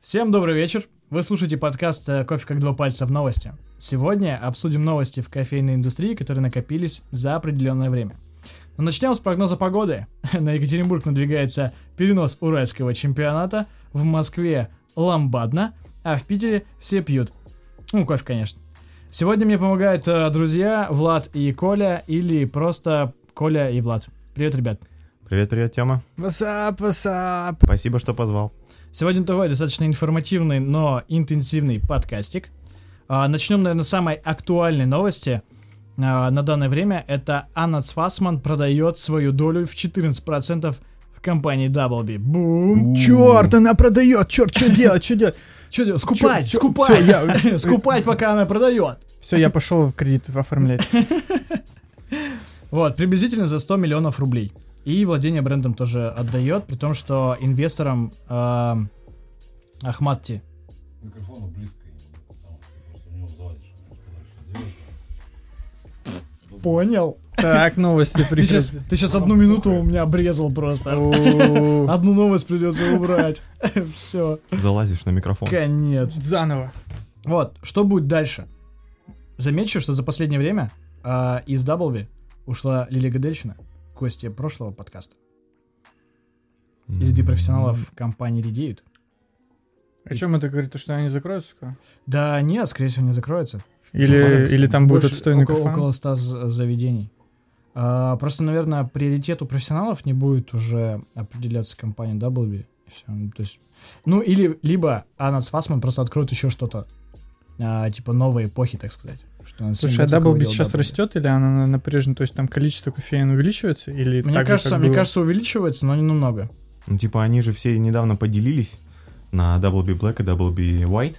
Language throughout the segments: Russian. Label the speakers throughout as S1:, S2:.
S1: Всем добрый вечер. Вы слушаете подкаст э, «Кофе как два пальца в новости». Сегодня обсудим новости в кофейной индустрии, которые накопились за определенное время. Но начнем с прогноза погоды. На Екатеринбург надвигается перенос уральского чемпионата, в Москве ламбадно, а в Питере все пьют. Ну, кофе, конечно. Сегодня мне помогают э, друзья Влад и Коля, или просто Коля и Влад. Привет, ребят.
S2: Привет, привет, Тёма.
S3: Васап, васап.
S2: Спасибо, что позвал.
S1: Сегодня такой достаточно информативный, но интенсивный подкастик. А, Начнем, наверное, с самой актуальной новости а, на данное время. Это Анна Цвасман продает свою долю в 14% в компании Даблби. Бум!
S3: Черт, она продает, черт, что делать, что делать?
S1: Что делать? Скупать,
S3: Чё- чё-
S1: скупать!
S3: всё, я-
S1: Скупать, пока она продает.
S3: Все, я пошел в кредит оформлять.
S1: Вот, приблизительно за 100 миллионов рублей. И владение брендом тоже отдает, при том, что инвестором эм, Ахматти.
S4: микрофона близко ему, потому что просто у него заводишь.
S1: Понял.
S3: Так, новости
S1: Ты сейчас,
S3: прикрыты.
S1: ты щас одну минуту у меня обрезал просто.
S3: О,
S1: Одну новость придется убрать. Все.
S2: Залазишь на микрофон.
S1: Конец.
S3: Заново.
S1: Вот, что будет дальше? Замечу, что за последнее время а, из Даблби ушла Лилия Гадельщина, гостья прошлого подкаста. И ряды профессионалов компании редеют.
S3: О чем это говорит? То, что они закроются? скоро?
S1: Да нет, скорее всего, не Типа, закроется.
S3: Или, или там будет
S1: Больше
S3: отстойный
S1: около,
S3: кафан?
S1: около 100 з- заведений. А, просто, наверное, приоритет у профессионалов не будет уже определяться компания Даблби. То есть, ну, или либо Анна Фасман просто откроет еще что-то. а, типа новой эпохи, так сказать. Что она
S3: Слушай,
S1: всем
S3: а
S1: будет
S3: Даблби
S1: руководила
S3: сейчас
S1: Даблби.
S3: растет или она напряжена? То есть там количество кофеин увеличивается? Или
S1: Мне
S3: так же,
S1: кажется,
S3: как
S1: мне
S3: было?
S1: кажется, увеличивается, но не намного.
S2: Ну, типа, они же все недавно поделились на WB Black и WB White.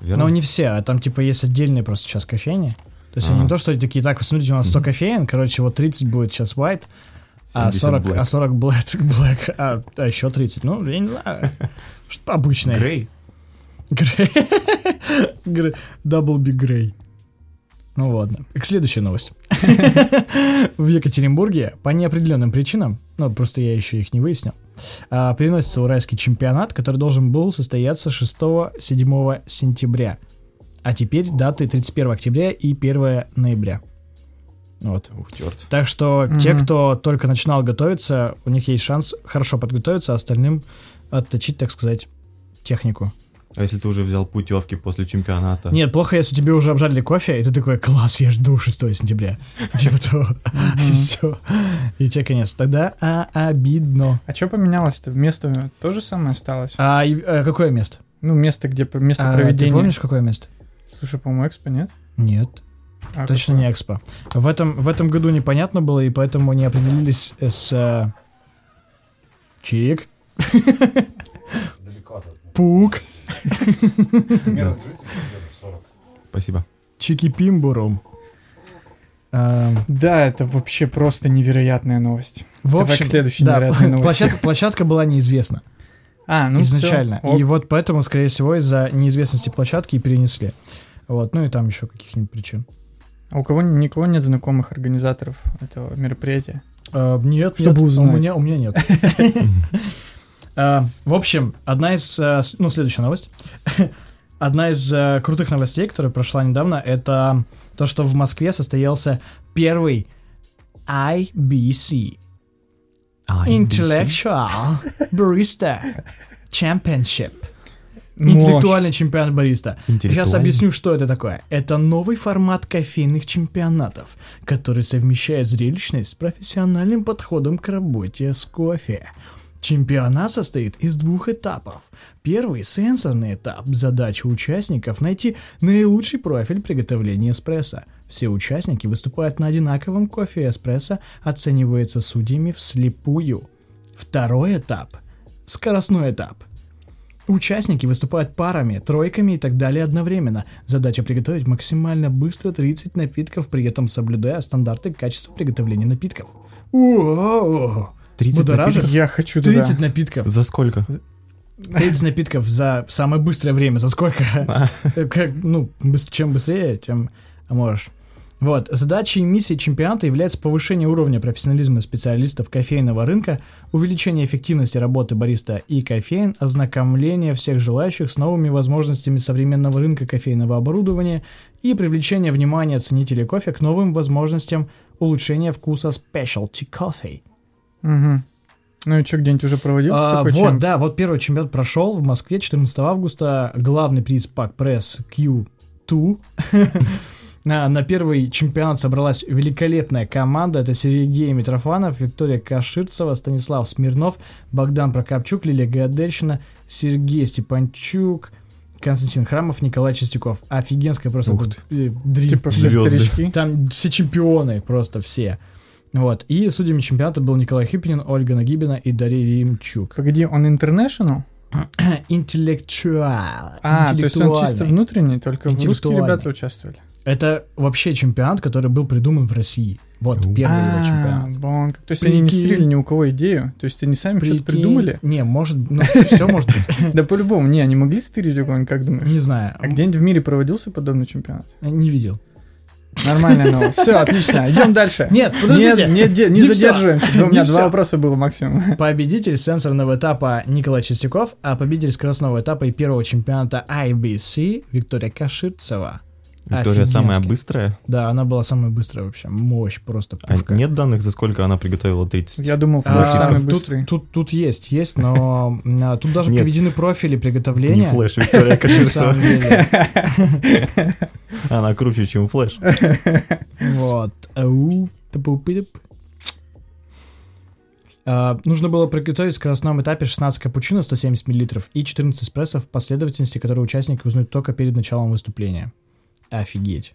S2: Верно?
S1: Но не все, а там типа есть отдельные просто сейчас кофейни. То есть они не
S2: Ага.
S1: то, что такие, так, вот смотрите, у нас 100 кофеин, короче, вот 30 будет сейчас white, а
S2: 70
S1: 40,
S2: Black.
S1: а 40 black, black, а, а еще 30, ну, я не знаю, что обычное.
S2: Грей?
S1: Грей. Грей. Double B Грей. Ну ладно. К следующей новости. В Екатеринбурге по неопределенным причинам, ну просто я еще их не выяснил, а, переносится уральский чемпионат, который должен был состояться 6-7 сентября. А теперь даты 31 октября и 1 ноября. Вот.
S2: Ух, черт.
S1: Так что те,
S3: Мгм.
S1: кто только начинал готовиться, у них есть шанс хорошо подготовиться, а остальным отточить, так сказать, технику.
S2: А если ты уже взял путевки после чемпионата?
S1: Нет, плохо, если тебе уже обжарили кофе, и ты такой, класс, я жду 6 сентября. Типа того. И все. И тебе конец. Тогда а, обидно.
S3: А что поменялось-то? Место то же самое осталось?
S1: А и, э, какое место?
S3: Ну, место, где п- место
S1: А, Ты
S3: проведения.
S1: помнишь, какое место?
S3: Слушай, по-моему, экспо, нет?
S1: Нет,
S3: А
S1: точно
S3: какое?
S1: не Экспо. В этом, в этом году непонятно было, и поэтому не определились с... э, Чик.
S4: Далековато.
S1: Пук.
S4: Примерно открытие где-то 40.
S2: Спасибо.
S1: Чики-пимбурум. Эм,
S3: Да, это вообще просто невероятная новость.
S1: В
S3: Давай к
S1: общем,
S3: следующей
S1: да,
S3: невероятной новости.
S1: площадка, площадка была неизвестна.
S3: А, ну всё.
S1: изначально.
S3: Оп.
S1: И вот поэтому, скорее всего, из-за неизвестности площадки и перенесли. Вот, ну и там еще каких-нибудь причин.
S3: А у кого никого нет знакомых организаторов этого мероприятия?
S1: А, нет,
S3: Чтобы
S1: нет,
S3: узнать.
S1: У меня, у меня нет. А, В общем, одна из... а, с- Ну, следующая новость. Одна из а, крутых новостей, которая прошла недавно, это то, что в Москве состоялся первый IBC А, Intellectual Barista Championship. Интеллектуальный чемпионат бариста. Сейчас объясню, что это такое. Это новый формат кофейных чемпионатов, который совмещает зрелищность с профессиональным подходом к работе с кофе. Чемпионат состоит из двух этапов. Первый – сенсорный этап. Задача участников – найти наилучший профиль приготовления эспрессо. Все участники выступают на одинаковом кофе и эспрессо, оценивается судьями вслепую. Второй этап – скоростной этап. Участники выступают парами, тройками и так далее одновременно. Задача приготовить максимально быстро 30 напитков, при этом соблюдая стандарты качества приготовления напитков. О,
S2: 30
S1: будоражит.
S3: Я хочу туда.
S1: 30 напитков.
S2: За сколько?
S1: 30 напитков за Э, самое быстрое время. За сколько? Как, ну, быс- чем быстрее, тем можешь. Вот. Задачей и миссией чемпионата является повышение уровня профессионализма специалистов кофейного рынка, увеличение эффективности работы бариста и кофеин, ознакомление всех желающих с новыми возможностями современного рынка кофейного оборудования и привлечение внимания ценителей кофе к новым возможностям улучшения вкуса specialty coffee.
S3: Мгм. Ну и что, где-нибудь уже проводился
S1: А,
S3: такой
S1: вот,
S3: чем?
S1: да, вот первый чемпионат прошел в Москве 14 августа. Главный приз Пак Пресс Q2. На, на первый чемпионат собралась великолепная команда. Это Сергей Митрофанов, Виктория Каширцева, Станислав Смирнов, Богдан Прокопчук, Лилия Гадельщина, Сергей Степанчук, Константин Храмов, Николай Чистяков. Офигенская просто
S2: Ух
S1: тут, э, дрим-
S3: Типа все
S2: Звезды.
S3: старички.
S1: там все чемпионы, просто все. Вот. И судьями чемпионата был Николай Хипинин, Ольга Нагибина и Дарья Римчук.
S3: Погоди, он international?
S1: Интеллектуал.
S3: А, то есть он чисто
S1: интеллектуальный.
S3: внутренний, только в русские
S1: Интеллектуальный.
S3: ребята участвовали.
S1: Это вообще чемпионат, который был придуман в России. Вот,
S2: У.
S1: первый его чемпионат.
S3: А, вон как. То есть они не
S1: Прикинь.
S3: стрелили ни у кого идею? То есть они сами
S1: Прикинь.
S3: что-то придумали?
S1: Не, может, ну, все может быть.
S3: Да по-любому, не, они могли стырить у кого-нибудь, как думаешь?
S1: Не знаю.
S3: А где-нибудь в мире проводился подобный чемпионат?
S1: Не видел.
S3: Нормальная новость. Все, отлично, идем дальше.
S1: Нет,
S3: Нет,
S1: подождите.
S3: нет, де- не
S1: Не всё.
S3: задерживаемся. Да У
S1: Не
S3: меня два
S1: всё.
S3: вопроса было максимум.
S1: Победитель сенсорного этапа Николай Чистяков, а победитель скоростного этапа и первого чемпионата IBC Виктория Каширцева.
S2: Виктория самая
S1: Офигенски.
S2: быстрая.
S1: Да, она была самая быстрая вообще. Мощь просто
S2: А
S1: пушка.
S2: нет данных, за сколько она приготовила 30?
S3: Я думал,
S1: А,
S3: флеш самый
S1: тут,
S3: быстрый.
S1: тут, тут есть, есть, но а, тут даже
S2: Нет.
S1: приведены профили
S2: Не
S1: приготовления.
S2: флеш, Виктория
S1: На самом
S2: Каширцева.
S1: деле.
S2: Она круче, чем флеш.
S1: Вот. Ау, тапу-пидап. А, Нужно было приготовить в скоростном этапе 16 капучино 170 мл и 14 эспрессо в последовательности, которые участники узнают только перед началом выступления. Офигеть.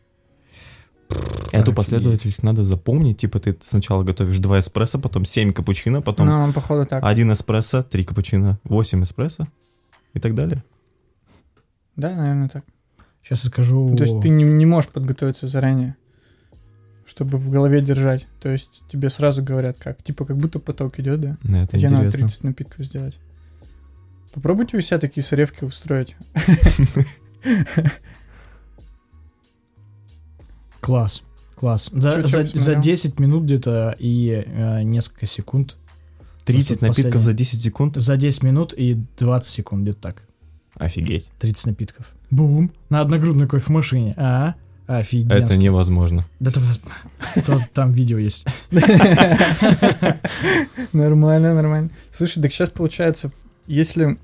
S2: Эту
S1: Офигеть.
S2: последовательность надо запомнить. Типа ты сначала готовишь 2 эспрессо, потом 7 капучино, потом
S3: Ну, походу
S1: А
S3: так.
S2: 1 эспрессо, 3 капучино, 8 эспрессо и так далее.
S3: Да, наверное, так.
S1: Сейчас я скажу...
S3: Ну, То есть ты не, не можешь подготовиться заранее, чтобы в голове держать. То есть тебе сразу говорят как. Типа как будто поток идет, да?
S2: Ну, Это
S3: Тебе надо
S2: интересно.
S3: 30 напитков сделать. Попробуйте у себя такие соревки устроить.
S1: Класс, класс. За,
S3: Чё,
S1: за,
S3: чё посмотрел?
S1: за 10 минут где-то и э, несколько секунд.
S2: 30
S1: Просто
S2: напитков
S1: последний.
S2: за 10 секунд?
S1: За 10 минут и 20 секунд, где-то так.
S2: Офигеть.
S1: 30 напитков. Бум. На одногрудной кофемашине. А? Офигенно.
S2: Это невозможно.
S1: Да это воз- то- там видео есть.
S3: Нормально, нормально. Слушай, так сейчас получается, если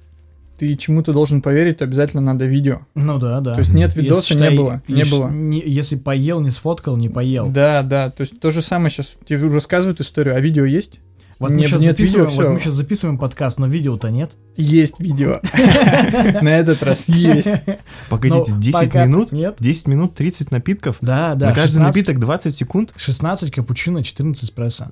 S3: ты чему-то должен поверить, то обязательно надо видео.
S1: Ну да, да.
S3: То есть нет
S1: Если
S3: видоса,
S1: считай,
S3: не было. Не
S1: лишь-
S3: было.
S1: не- если поел, не сфоткал, не поел.
S3: Да, да. То есть то же самое сейчас тебе рассказывают историю, а видео есть?
S1: Вот, мы
S3: Нет-
S1: сейчас
S3: нет
S1: записываем,
S3: видео,
S1: вот
S3: всё.
S1: мы сейчас записываем подкаст, но видео-то нет.
S3: Есть видео. На этот раз есть.
S2: Погодите,
S1: Но
S2: 10
S1: Ну, пока
S2: минут?
S1: Нет.
S2: 10 минут 30 напитков?
S1: Да, да.
S2: На каждый
S1: 16
S2: напиток 20 секунд?
S1: 16 капучино, 14 эспрессо.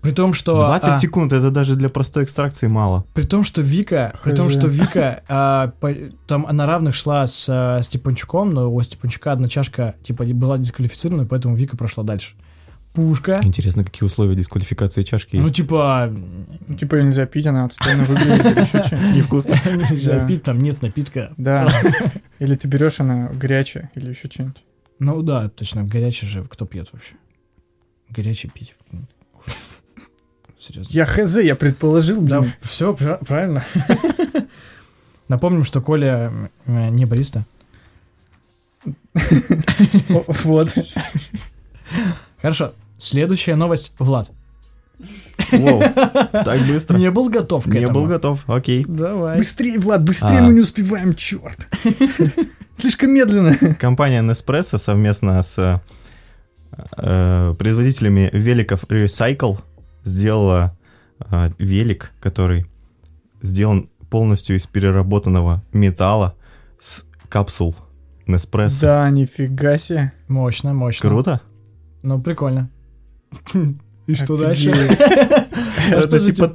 S1: При том, что...
S2: 20
S1: а,
S2: секунд, это даже для простой экстракции мало.
S1: При том, что Вика, при
S3: Хз.
S1: том, что Вика а, по- там на равных шла с а, Степанчуком, но у Степанчука одна чашка типа не- была дисквалифицирована, поэтому Вика прошла дальше. Пушка.
S2: Интересно, какие условия дисквалификации чашки
S1: Ну,
S2: есть?
S1: типа,
S3: Ну, Типа ее нельзя пить, она отстойно выглядит или еще что.
S2: Невкусно.
S1: нельзя
S3: Да.
S1: пить, там нет напитка.
S3: Да. Или ты берешь, она горячая, или еще что-нибудь.
S1: Ну да, точно, горячий же, кто пьет вообще? Горячий пить. Серьезно.
S3: Я хз, я предположил,
S1: Да,
S3: блин.
S1: все правильно. Напомним, что Коля э, не бариста.
S3: О, Вот.
S1: Хорошо. Следующая новость, Влад.
S2: Воу, так быстро.
S1: Не был готов к
S2: Не
S1: этому?
S2: был готов, окей.
S1: Давай.
S3: Быстрее, Влад, быстрее, мы не успеваем, черт. Слишком медленно.
S2: Компания Nespresso совместно с э, производителями великов Recycle сделала э, велик, который сделан полностью из переработанного металла с капсул Nespresso.
S3: Да, нифига себе.
S1: Мощно, мощно.
S2: Круто?
S1: Ну, прикольно. И что
S3: Офигеть.
S1: дальше? А что
S2: Это
S1: за
S2: типа
S1: тип-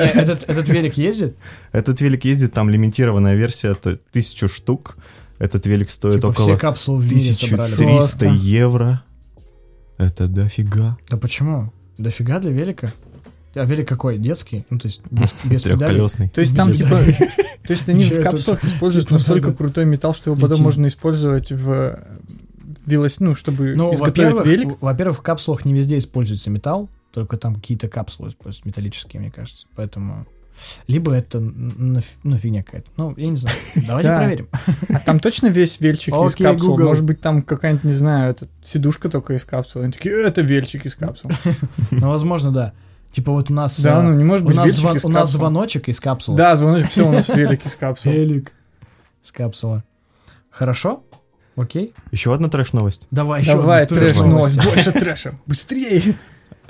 S1: Э, Этот этот велик ездит?
S2: Этот велик ездит, там лимитированная версия, то тысячу штук. Этот велик стоит
S1: Типа все
S2: около
S1: капсулы в мире собрали.
S2: 1300
S3: Просто.
S2: евро. Это дофига.
S1: Да почему? Дофига для велика? А велик какой? Детский? Ну, то есть без, без педалей?
S2: Трехколесный.
S3: То есть там
S1: Без
S3: типа...
S1: педалей.
S3: То есть они
S1: Чё
S3: в
S1: это типа
S3: капсулах используют настолько
S1: надо
S3: крутой металл, что его потом
S1: идти.
S3: можно использовать в в э, велос... ну, чтобы
S1: Ну,
S3: изготовить
S1: во-первых,
S3: велик.
S1: в- во-первых, в капсулах не везде используется металл, только там какие-то капсулы используются металлические, мне кажется. Поэтому либо это н- н- наф- ну, фигня какая-то. Ну, я не знаю. Давайте
S3: Да.
S1: проверим.
S3: А там точно весь вельчик из
S1: Окей,
S3: капсул?
S1: Google.
S3: Может быть, там какая-нибудь, не знаю, это сидушка только из капсулы. Они такие, «Э, это вельчик из капсул.
S1: Ну, возможно, да. Типа вот у нас
S3: Да,
S1: э,
S3: ну не может
S1: у
S3: быть
S1: нас
S3: вельчик
S1: звон- Э,
S3: из
S1: у нас
S3: капсул.
S1: звоночек из капсулы.
S3: Да, звоночек, все, у нас велик из капсул.
S1: Велик. С капсулы. Хорошо? Окей.
S2: Еще одна трэш-новость.
S1: Давай еще.
S3: Давай,
S1: одну трэш
S3: трэш
S1: новость.
S3: новость, больше трэша, быстрее.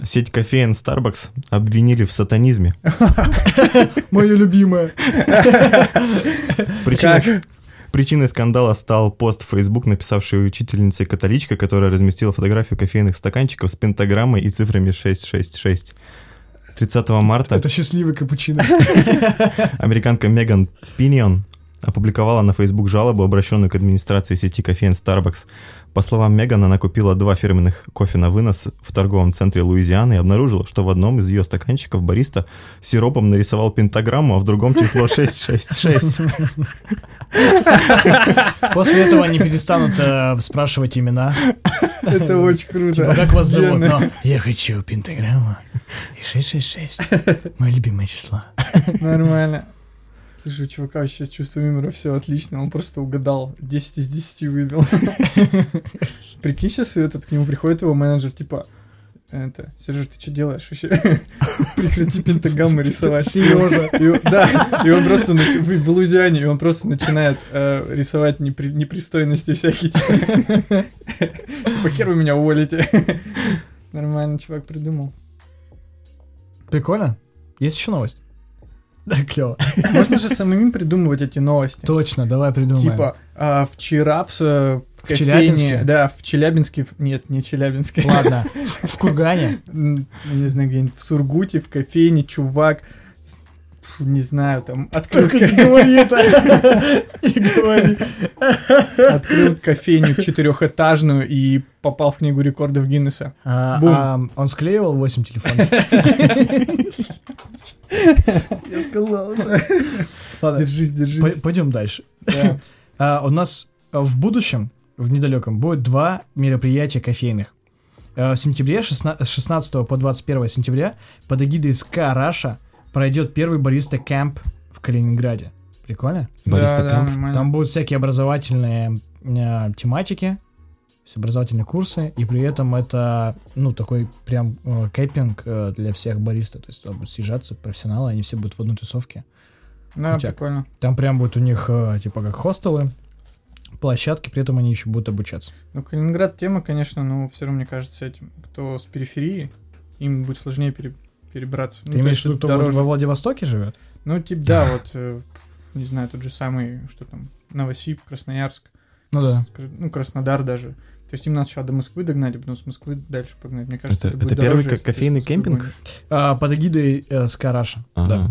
S2: Сеть кофеин Starbucks обвинили в сатанизме.
S1: Мое любимое.
S2: Причиной, причиной скандала стал пост в Facebook, написавший учительнице католичка, которая разместила фотографию кофейных стаканчиков с пентаграммой и цифрами 666. 30 марта
S1: Это счастливый капучино.
S2: Американка Меган Пиньон опубликовала на Facebook жалобу, обращенную к администрации сети кофеин Starbucks. По словам Меган, она купила два фирменных кофе на вынос в торговом центре Луизианы и обнаружила, что в одном из ее стаканчиков бариста сиропом нарисовал пентаграмму, а в другом число 666.
S1: После этого они перестанут э, спрашивать имена.
S3: Это очень круто.
S1: Типа, как вас зовут?
S3: Офигенно.
S1: Но я хочу пентаграмма и 666. Мое любимое число.
S3: Нормально. Слушай, у чувака вообще с чувством юмора все отлично, он просто угадал, 10 из 10 выбил. Прикинь, сейчас этот, к нему приходит его менеджер, типа, это, Сережа, ты что делаешь вообще? Прекрати пентаграммы рисовать. Сережа. Да, и он просто, начи- вы в Лузиане, и он просто начинает э, рисовать непри- непристойности всякие. типа. Типа, хер вы меня уволите. Нормально, чувак придумал.
S1: Прикольно? Есть еще новость? Да, клево.
S3: Можно же самим придумывать эти новости.
S1: Точно, давай придумаем.
S3: Типа, а, вчера в, с- в кофейне-
S1: Челябинске?
S3: Да, в Челябинске. в- Нет, не Челябинске.
S1: Ладно, в в Кургане.
S3: М, я Не знаю, где-нибудь в Сургуте, в кофейне, чувак. фу, Не знаю, там открыл, открыл кофейню четырехэтажную и попал в книгу рекордов Гиннесса.
S1: А,
S3: Бум.
S1: а, Он склеивал 8 телефонов.
S3: Я сказал.
S1: Ладно,
S3: Держись, держись.
S1: по- пойдем дальше.
S3: Да.
S1: А, У нас а, в будущем, в недалеком, будет два мероприятия кофейных. Э, В сентябре, шестна- с 16 по 21 сентября, под эгидой СК Раша пройдет первый бариста кэмп в Калининграде. Прикольно?
S2: Бариста
S3: Да, да,
S2: Кэмп.
S3: нормально.
S1: Там будут всякие образовательные э, тематики, то есть образовательные курсы, и при этом это, ну, такой прям э, кэппинг э, для всех баристов. То есть туда будут съезжаться профессионалы, они все будут в одной тусовке.
S3: Да,
S1: крутяк.
S3: прикольно.
S1: Там прям будет у них, э, типа, как хостелы, площадки, при этом они еще будут обучаться.
S3: Ну, Калининград тема, конечно, но все равно, мне кажется, этим, кто с периферии, им будет сложнее пере- перебраться. Ну,
S1: Ты
S3: то
S1: имеешь
S3: есть
S1: в виду,
S3: это
S1: кто
S3: дороже.
S1: во Владивостоке живет?
S3: Ну, типа, да, вот, э, не знаю, тот же самый, что там, Новосиб, Красноярск,
S1: Ну да.
S3: Кра- ну, Краснодар даже. То есть им надо сначала до Москвы догнать, а потом с Москвы дальше погнать. Мне кажется,
S2: Это-
S3: это, будет
S2: это первый
S3: дороже,
S2: ко-
S3: если ты
S2: кофейный
S3: с Москвы
S2: кемпинг?
S3: гонишь.
S1: А, под эгидой э, СК Раша. Да.
S2: Ага.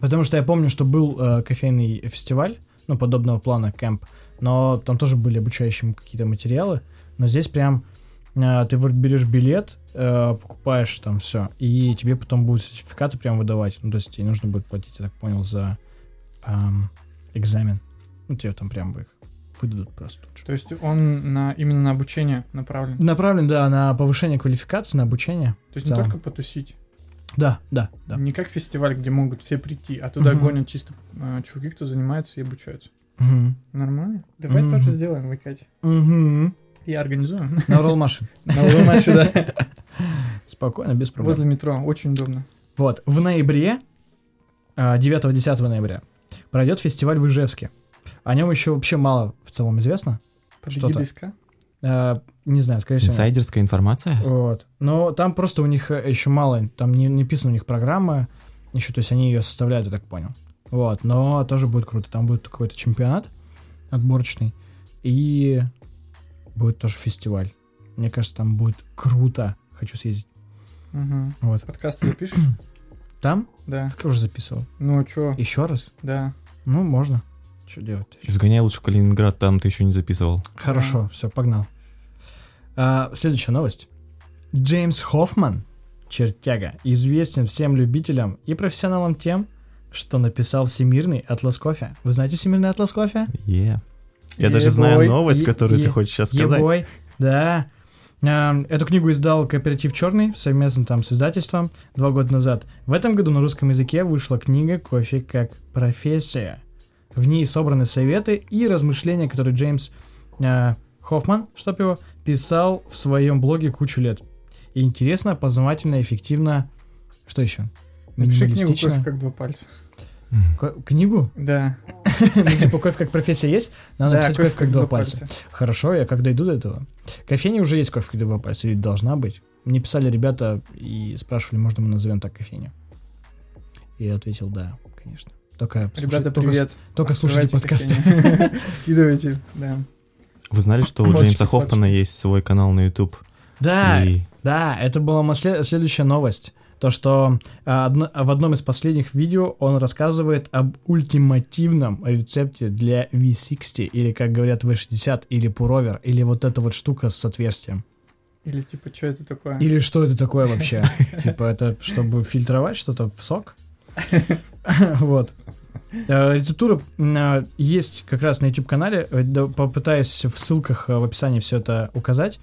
S1: Потому что я помню, что был э, кофейный фестиваль, ну, подобного плана, кэмп, но там тоже были обучающие какие-то материалы, но здесь прям э, ты вот берешь билет, э, покупаешь там все, и тебе потом будут сертификаты прям выдавать, ну, то есть тебе нужно будет платить, я так понял, за эм, экзамен. Ну, тебе там прям их выдадут просто тут же.
S3: То есть он на, именно на обучение направлен.
S1: Направлен, да, на повышение квалификации, на обучение.
S3: То есть
S1: в
S3: не
S1: целом.
S3: только потусить,
S1: Да, да, да.
S3: не как фестиваль, где могут все прийти, а туда
S1: Мгм.
S3: гонят чисто э, чуваки, кто занимается и обучаются.
S1: Мгм.
S3: Нормально? Давай
S1: Мгм.
S3: тоже сделаем, вы, Катя.
S1: Мгм.
S3: Я организую.
S1: На ролл-машин.
S3: На Луначе, да.
S1: Спокойно, без проблем.
S3: Возле метро, очень удобно.
S1: Вот, в ноябре, а, 9-10 ноября, пройдет фестиваль в Ижевске. О нем еще вообще мало в целом известно.
S3: Под
S1: Что-то.
S3: эгидой СК?
S1: А, Не знаю, скорее всего. нет.
S2: Инсайдерская информация?
S1: Вот. Но там просто у них э, еще мало, там не написана у них программа, еще, то есть они ее составляют, я так понял. Вот, но тоже будет круто. Там будет какой-то чемпионат отборочный, и будет тоже фестиваль. Мне кажется, там будет круто. Хочу съездить.
S3: Мгм.
S1: Вот.
S3: Подкаст запишешь?
S1: Там?
S3: Да.
S1: Так я уже записывал.
S3: Ну, чё?
S1: Еще раз?
S3: Да.
S1: Ну, можно. Что делать?
S2: Изгоняй лучше в Калининград, там ты еще не записывал.
S1: Хорошо, все, погнал. А, следующая новость. Джеймс Хоффман, чертяга, известен всем любителям и профессионалам тем, что написал всемирный атлас кофе. Вы знаете всемирный атлас кофе?
S2: Е. Я
S1: Yeah,
S2: даже знаю
S1: boy.
S2: новость,
S1: Ye-
S2: которую ты
S1: ye-
S2: хочешь сейчас сказать.
S1: Е-бой, да. Эм, Эту книгу издал кооператив «Черный» совместно там с издательством два года назад. В этом году на русском языке вышла книга «Кофе как профессия». В ней собраны советы и размышления, которые Джеймс э, Хоффман, чтоб его, писал в своем блоге кучу лет. И интересно, познавательно, эффективно. Что еще?
S3: Напиши книгу «Кофе
S1: Минималистично.
S3: как два пальца».
S1: Ко- Книгу?
S3: Да.
S1: Ну, типа кофе как профессия есть, надо
S3: да,
S1: написать кофе как два пальца. Хорошо, я как дойду до этого. В кофейне уже есть кофе два пальца, или должна быть. Мне писали ребята и спрашивали, можно мы назовем так кофейню. И я ответил, да, конечно. Только, слушай-
S3: Ребята,
S1: только,
S3: привет.
S1: только слушайте подкасты.
S3: Открывайте кофейню. Скидывайте, да.
S2: Вы знали, что у
S3: Очень
S2: Джеймса Хоффмана
S3: хорошо.
S2: есть свой канал на YouTube?
S1: Да,
S2: И
S1: да, это была мо- след- следующая новость. То, что а, одно- в одном из последних видео он рассказывает об ультимативном рецепте для V60, или, как говорят, V60, или пуровер, или вот эта вот штука с отверстием.
S3: Или типа, что это такое?
S1: Или что это такое вообще? Типа это чтобы фильтровать что-то в сок? Вот. Э, Рецептура э, есть как раз на YouTube-канале. Э, да, Попытаюсь в ссылках э, в описании все это указать.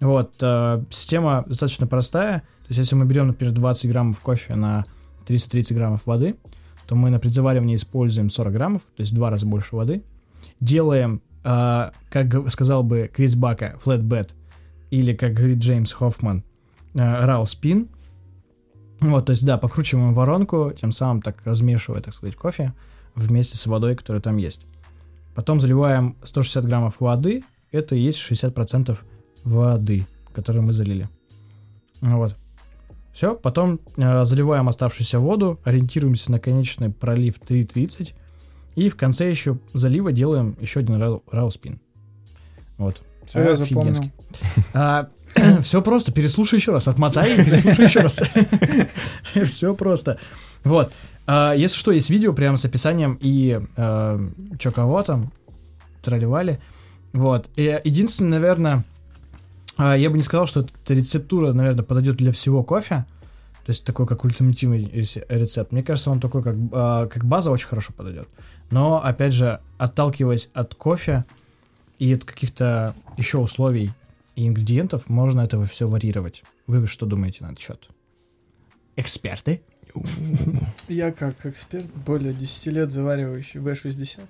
S1: Вот. э, Система достаточно простая. То есть если мы берем, например, 20 граммов кофе на 330 граммов воды, то мы на предзаваривании используем 40 граммов, то есть в два раза больше воды. Делаем, э, как г- сказал бы Крис Бака, flatbed, или, как говорит Джеймс Хоффман, рау спин. э, Вот, то есть, да, покручиваем воронку, тем самым так размешивая, так сказать, кофе вместе с водой, которая там есть. Потом заливаем 160 граммов воды, это и есть 60% воды, которую мы залили. Вот. Все, потом э, заливаем оставшуюся воду, ориентируемся на конечный пролив 3.30, и в конце еще залива делаем еще один рау, рау спин. Вот.
S3: Всё, я
S1: Офигенски.
S3: запомнил.
S1: все А, просто, переслушай еще раз, отмотай и переслушай еще раз. Все просто. Вот. А, Если что, есть видео прямо с описанием и э, чё кого там, тролливали. Вот. И единственное, наверное, а, я бы не сказал, что эта рецептура, наверное, подойдет для всего кофе. То есть такой как ультимативный ресе- рецепт. Мне кажется, он такой как, а, как база очень хорошо подойдет. Но, опять же, отталкиваясь от кофе и от каких-то еще условий и ингредиентов, можно этого все варьировать. Вы что думаете на этот счет? Эксперты?
S3: Я как эксперт, более 10 лет заваривающий B60.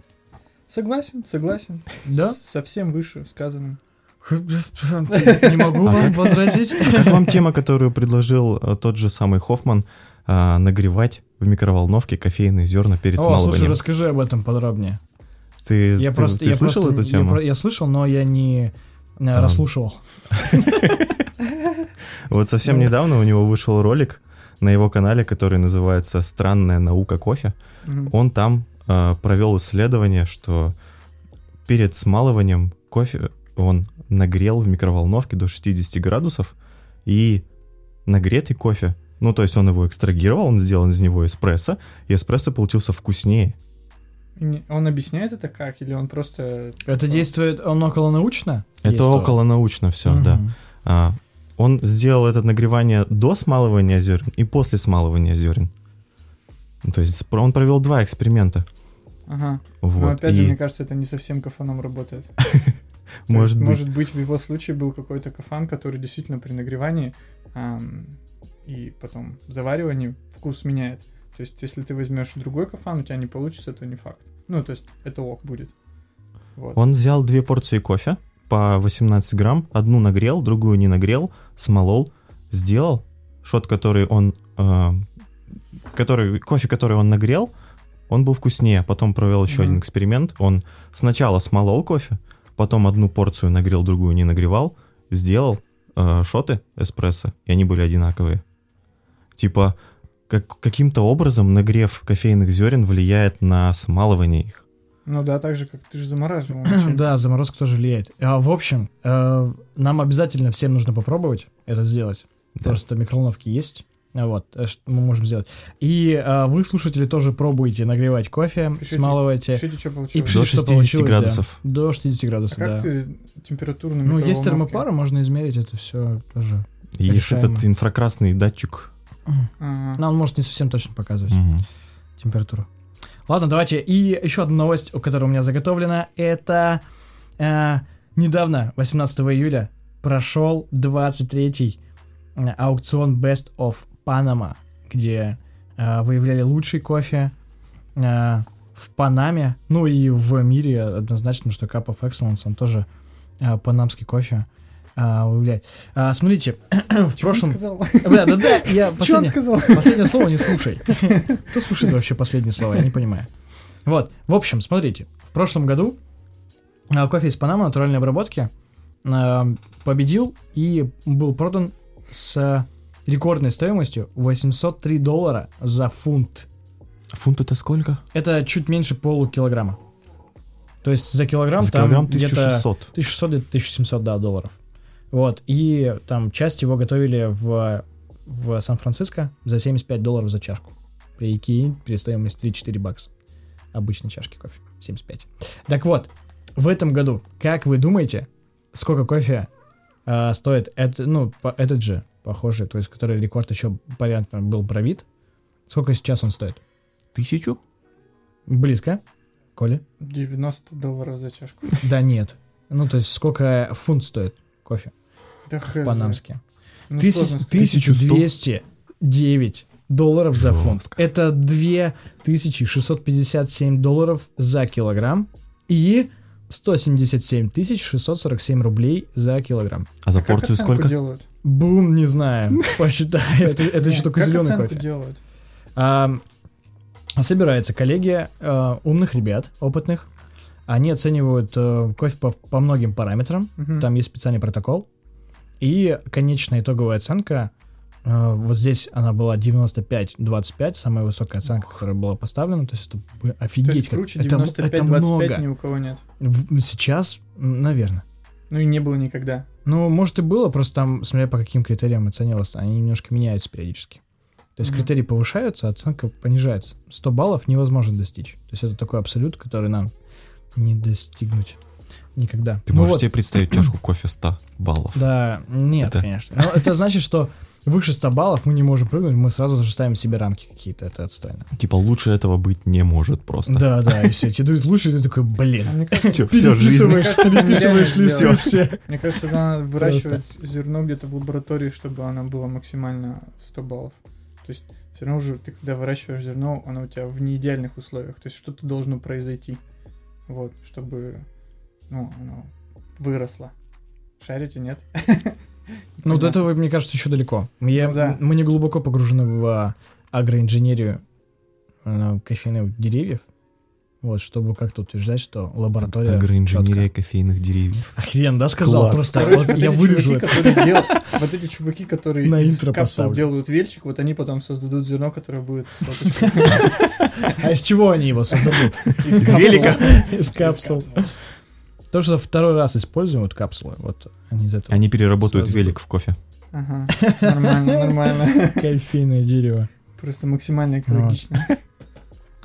S3: Согласен, согласен.
S1: Да?
S3: Со всем выше сказанным.
S1: Не могу вам возразить.
S2: А Как вам тема, которую предложил э, тот же самый Хоффман, а, нагревать в микроволновке кофейные зерна перед
S1: О, слушай,
S2: смалыванием?
S1: расскажи об этом подробнее.
S2: Ты,
S1: Я
S2: ты-
S1: просто,
S2: ты
S1: я
S2: слышал
S1: просто-
S2: эту
S1: я
S2: тему? А.
S1: про- Я слышал, но я не э, расслушивал.
S2: Вот совсем
S1: Ну.
S2: недавно у него вышел ролик на его канале, который называется «Странная наука кофе».
S3: Мгм.
S2: Он там э, провел исследование, что перед смалыванием кофе он нагрел в микроволновке до 60 градусов, и нагретый кофе, ну то есть он его экстрагировал, он сделал из него эспрессо, и эспрессо получился вкуснее.
S3: Не- Он объясняет это как? Или он просто...
S1: Это действует, он около научно?
S2: Это около научно все, да. А, он сделал это нагревание до смалывания зерен и после смалывания зерен. Ну, То есть спро- он провел два эксперимента.
S3: Ага.
S2: Вот.
S3: Но Ну, опять
S2: и
S3: же, мне кажется, это не совсем кафаном работает. То есть,
S2: может быть.
S3: может быть, в его случае был какой-то кафан, который действительно при нагревании ам, и потом заваривании вкус меняет. То есть, если ты возьмешь другой кафан, у тебя не получится, то не факт. Ну, то есть, это ок будет. Вот.
S2: Он взял две порции кофе по 18 грамм, одну нагрел, другую не нагрел, смолол, сделал шот, который он, э, который кофе, который он нагрел, он был вкуснее. Потом провел еще
S3: Мгм.
S2: один эксперимент. Он сначала смолол кофе, потом одну порцию нагрел, другую не нагревал, сделал э, шоты эспрессо, и они были одинаковые. Типа как, каким-то образом нагрев кофейных зерен влияет на смалывание их.
S3: Ну да, так же, как ты же замораживал.
S1: Да, заморозка тоже влияет. А, В общем, э, нам обязательно всем нужно попробовать это сделать.
S2: Да.
S1: Просто микроволновки есть. А Вот, э, что мы можем сделать. И а, вы, слушатели, тоже пробуйте нагревать кофе,
S3: Пишите.
S1: смалывайте.
S3: Пишите, что
S1: И
S3: получилось.
S1: пишите, что
S2: 60
S1: получилось, да.
S2: градусов.
S1: До 60
S3: А
S1: градусов,
S3: как
S1: да.
S3: ты температуру на
S1: Ну, есть
S3: микроволновке?
S1: термопара, можно измерить это все тоже.
S2: Есть
S1: Решаемо.
S2: этот инфракрасный датчик.
S3: Ага.
S1: Но он может не совсем точно показывать. температуру. Ладно, давайте. И еще одна новость, у которой у меня заготовлена, это э, недавно, 18 июля, прошел 23-й э, аукцион Best of Panama, где э, выявляли лучший кофе э, в Панаме, ну и в мире однозначно, что Cup of Excellence, он тоже э, панамский кофе э, выявляет. А, смотрите, в
S3: Чё он
S1: прошлом...
S3: сказал?
S1: Бля, да, да, я
S3: Чё он
S1: последнее,
S3: сказал?
S1: последнее слово не слушай. Кто слушает вообще последние слова, я не понимаю. Вот, в общем, смотрите, в прошлом году а, кофе из Панамы натуральной обработки а, победил и был продан с рекордной стоимостью 803 доллара за фунт.
S2: Фунт это сколько?
S1: Это чуть меньше полукилограмма. То есть за килограмм
S2: За
S1: там
S2: килограмм
S1: где-то
S2: 1600.
S1: 1600 где-то 1700 да, долларов. Вот, и там часть его готовили в, в Сан-Франциско за 75 долларов за чашку. Прикинь, при стоимости 3-4 бакса. Обычной чашки кофе. 75. Так вот, в этом году, как вы думаете, сколько кофе а, стоит это, ну, по- этот же, похожий, то есть, который рекорд еще, понятно, был пробит. Сколько сейчас он стоит?
S2: Тысячу?
S1: Близко. Коля?
S3: 90 долларов за чашку.
S1: Да нет. Ну, то есть, сколько фунт стоит кофе
S3: Да
S1: в
S3: хз.
S1: Панамске?
S3: Ну,
S1: Тысяч-
S3: сложно сказать.
S1: 1209 долларов за фунт.
S2: Жёстко.
S1: Это 2657 долларов за килограмм и 177 647 рублей за килограмм.
S2: А за
S3: Как
S2: порцию
S3: оценку
S2: сколько?
S3: делают?
S1: Бум, не знаю, посчитай. Это, это еще
S3: Не,
S1: только
S3: как
S1: зеленый
S3: оценку
S1: кофе.
S3: делают?
S1: А, собирается коллегия э, умных ребят, опытных. Они оценивают э, кофе по, по многим параметрам.
S3: Мгм.
S1: Там есть специальный протокол. И конечная итоговая оценка, э, вот здесь она была 95-25, самая высокая оценка, которая была поставлена. То есть это б-
S3: То есть
S1: офигеть, как-
S3: круче
S1: это, м- это
S3: 95-25 ни
S1: много.
S3: у кого нет.
S1: В- сейчас, м, наверное.
S3: Ну и не было никогда.
S1: Ну, может и было, просто там, смотря по каким критериям оценивалось, они немножко меняются периодически. То есть
S3: Мгм.
S1: критерии повышаются, а оценка понижается. 100 баллов невозможно достичь. То есть это такой абсолют, который нам не достигнуть никогда.
S2: Ты
S1: Ну
S2: можешь
S1: вот.
S2: себе представить чашку кофе 100 баллов?
S1: Да, нет,
S2: Это-
S1: конечно. Но это значит, что выше 100 баллов мы не можем прыгнуть, мы сразу же ставим себе рамки какие-то, это отстойно.
S2: Типа лучше этого быть не может просто.
S1: Да, да, и все, тебе дают лучше, и ты такой, блин.
S3: А мне кажется,
S2: Все, жизнь.
S1: Переписываешь,
S3: Мне кажется,
S1: переписываешь
S3: реально
S1: листы
S3: сделать.
S1: все.
S3: мне кажется, надо выращивать зерно где-то в лаборатории, чтобы оно было максимально 100 баллов. То есть все равно уже ты когда выращиваешь зерно, оно у тебя в неидеальных условиях. То есть что-то должно произойти, вот, чтобы ну, оно выросло. Шарите, нет?
S1: Ну, до
S3: Понятно.
S1: этого, мне кажется, еще далеко. Я-
S3: Ну да.
S1: Мы не глубоко погружены в а, агроинженерию э, кофейных деревьев. Вот, чтобы как-то утверждать, что лаборатория...
S2: Агроинженерия кофейных деревьев.
S1: чётко. Охрен, да, сказал
S2: Класс.
S1: просто.
S3: Короче,
S1: Вот
S3: вот
S1: я
S3: эти
S1: вырежу
S3: чуваки,
S1: это.
S3: которые делают- Вот эти чуваки, которые
S1: На
S3: из
S1: интро
S3: капсул
S1: поставлю.
S3: делают вельчик, вот они потом создадут зерно, которое будет с лоточкой.
S1: А из чего они его создадут?
S3: Из
S2: Из велика?
S3: капсул.
S1: Из
S3: Из
S1: капсул. То, что второй раз используем вот капсулы, вот они из этого.
S2: Они переработают
S1: Сразу.
S2: велик в кофе.
S3: Ага, нормально, нормально.
S1: Кофейное дерево.
S3: Просто максимально экологично.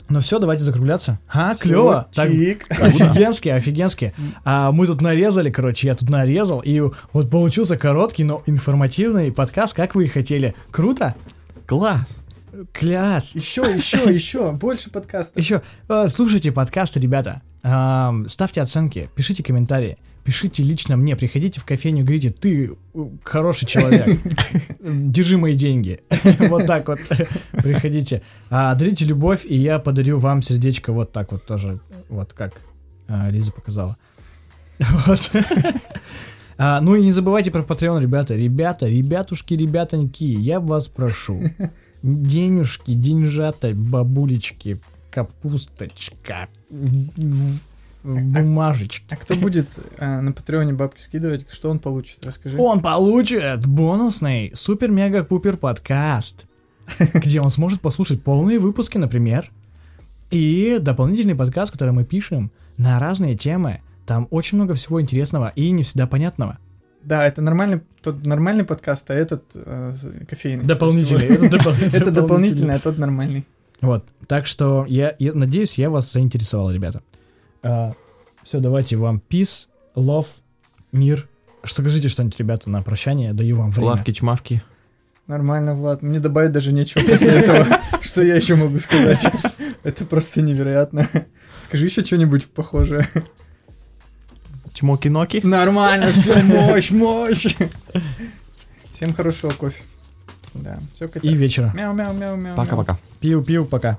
S1: Ну все, давайте закругляться. А, клево.
S3: Всё,
S1: Так,
S3: чик.
S1: офигенски, офигенски. А мы тут нарезали, короче, я тут нарезал, и вот получился короткий, но информативный подкаст, как вы и хотели. Круто?
S2: Класс!
S1: Класс.
S3: Еще, еще, еще, больше подкастов.
S1: Еще э, слушайте подкасты, ребята. Ам, ставьте оценки, пишите комментарии. Пишите лично мне, приходите в кофейню, говорите, ты э, хороший человек, держи мои деньги. Вот так вот приходите. А, Дарите любовь, и я подарю вам сердечко вот так вот тоже. Вот как а, Лиза показала. Вот. А, Ну и не забывайте про Patreon, ребята. Ребята, ребятушки, ребятоньки, я вас прошу. Денежки, деньжата, бабулечки, капусточка, в- в- бумажечки.
S3: А кто будет э, на Патреоне бабки скидывать, что он получит? Расскажи.
S1: Он получит бонусный супер-мега-пупер подкаст, где он сможет послушать полные выпуски, например, и дополнительный подкаст, который мы пишем на разные темы. Там очень много всего интересного и не всегда понятного.
S3: Да, это нормальный, тот нормальный подкаст, а этот э, кофейный. То есть
S1: Это допол-
S3: его- Это дополнительный, а тот нормальный.
S1: Вот. Так что я, я надеюсь, я вас заинтересовал, ребята. все, давайте вам peace, love, мир. Что скажите что-нибудь, ребята, на прощание. Даю вам время.
S2: Лавки-чмавки.
S3: Нормально, Влад. Мне добавить даже нечего после этого. Что я еще могу сказать? Это просто невероятно. Скажи еще что-нибудь похожее.
S2: Смоки-ноки.
S3: Нормально, все, мощь, мощь. Всем хорошего кофе. Да, все,
S1: И вечера.
S3: Мяу-мяу-мяу-мяу.
S2: Пока-пока.
S1: Пиу-пиу, пока.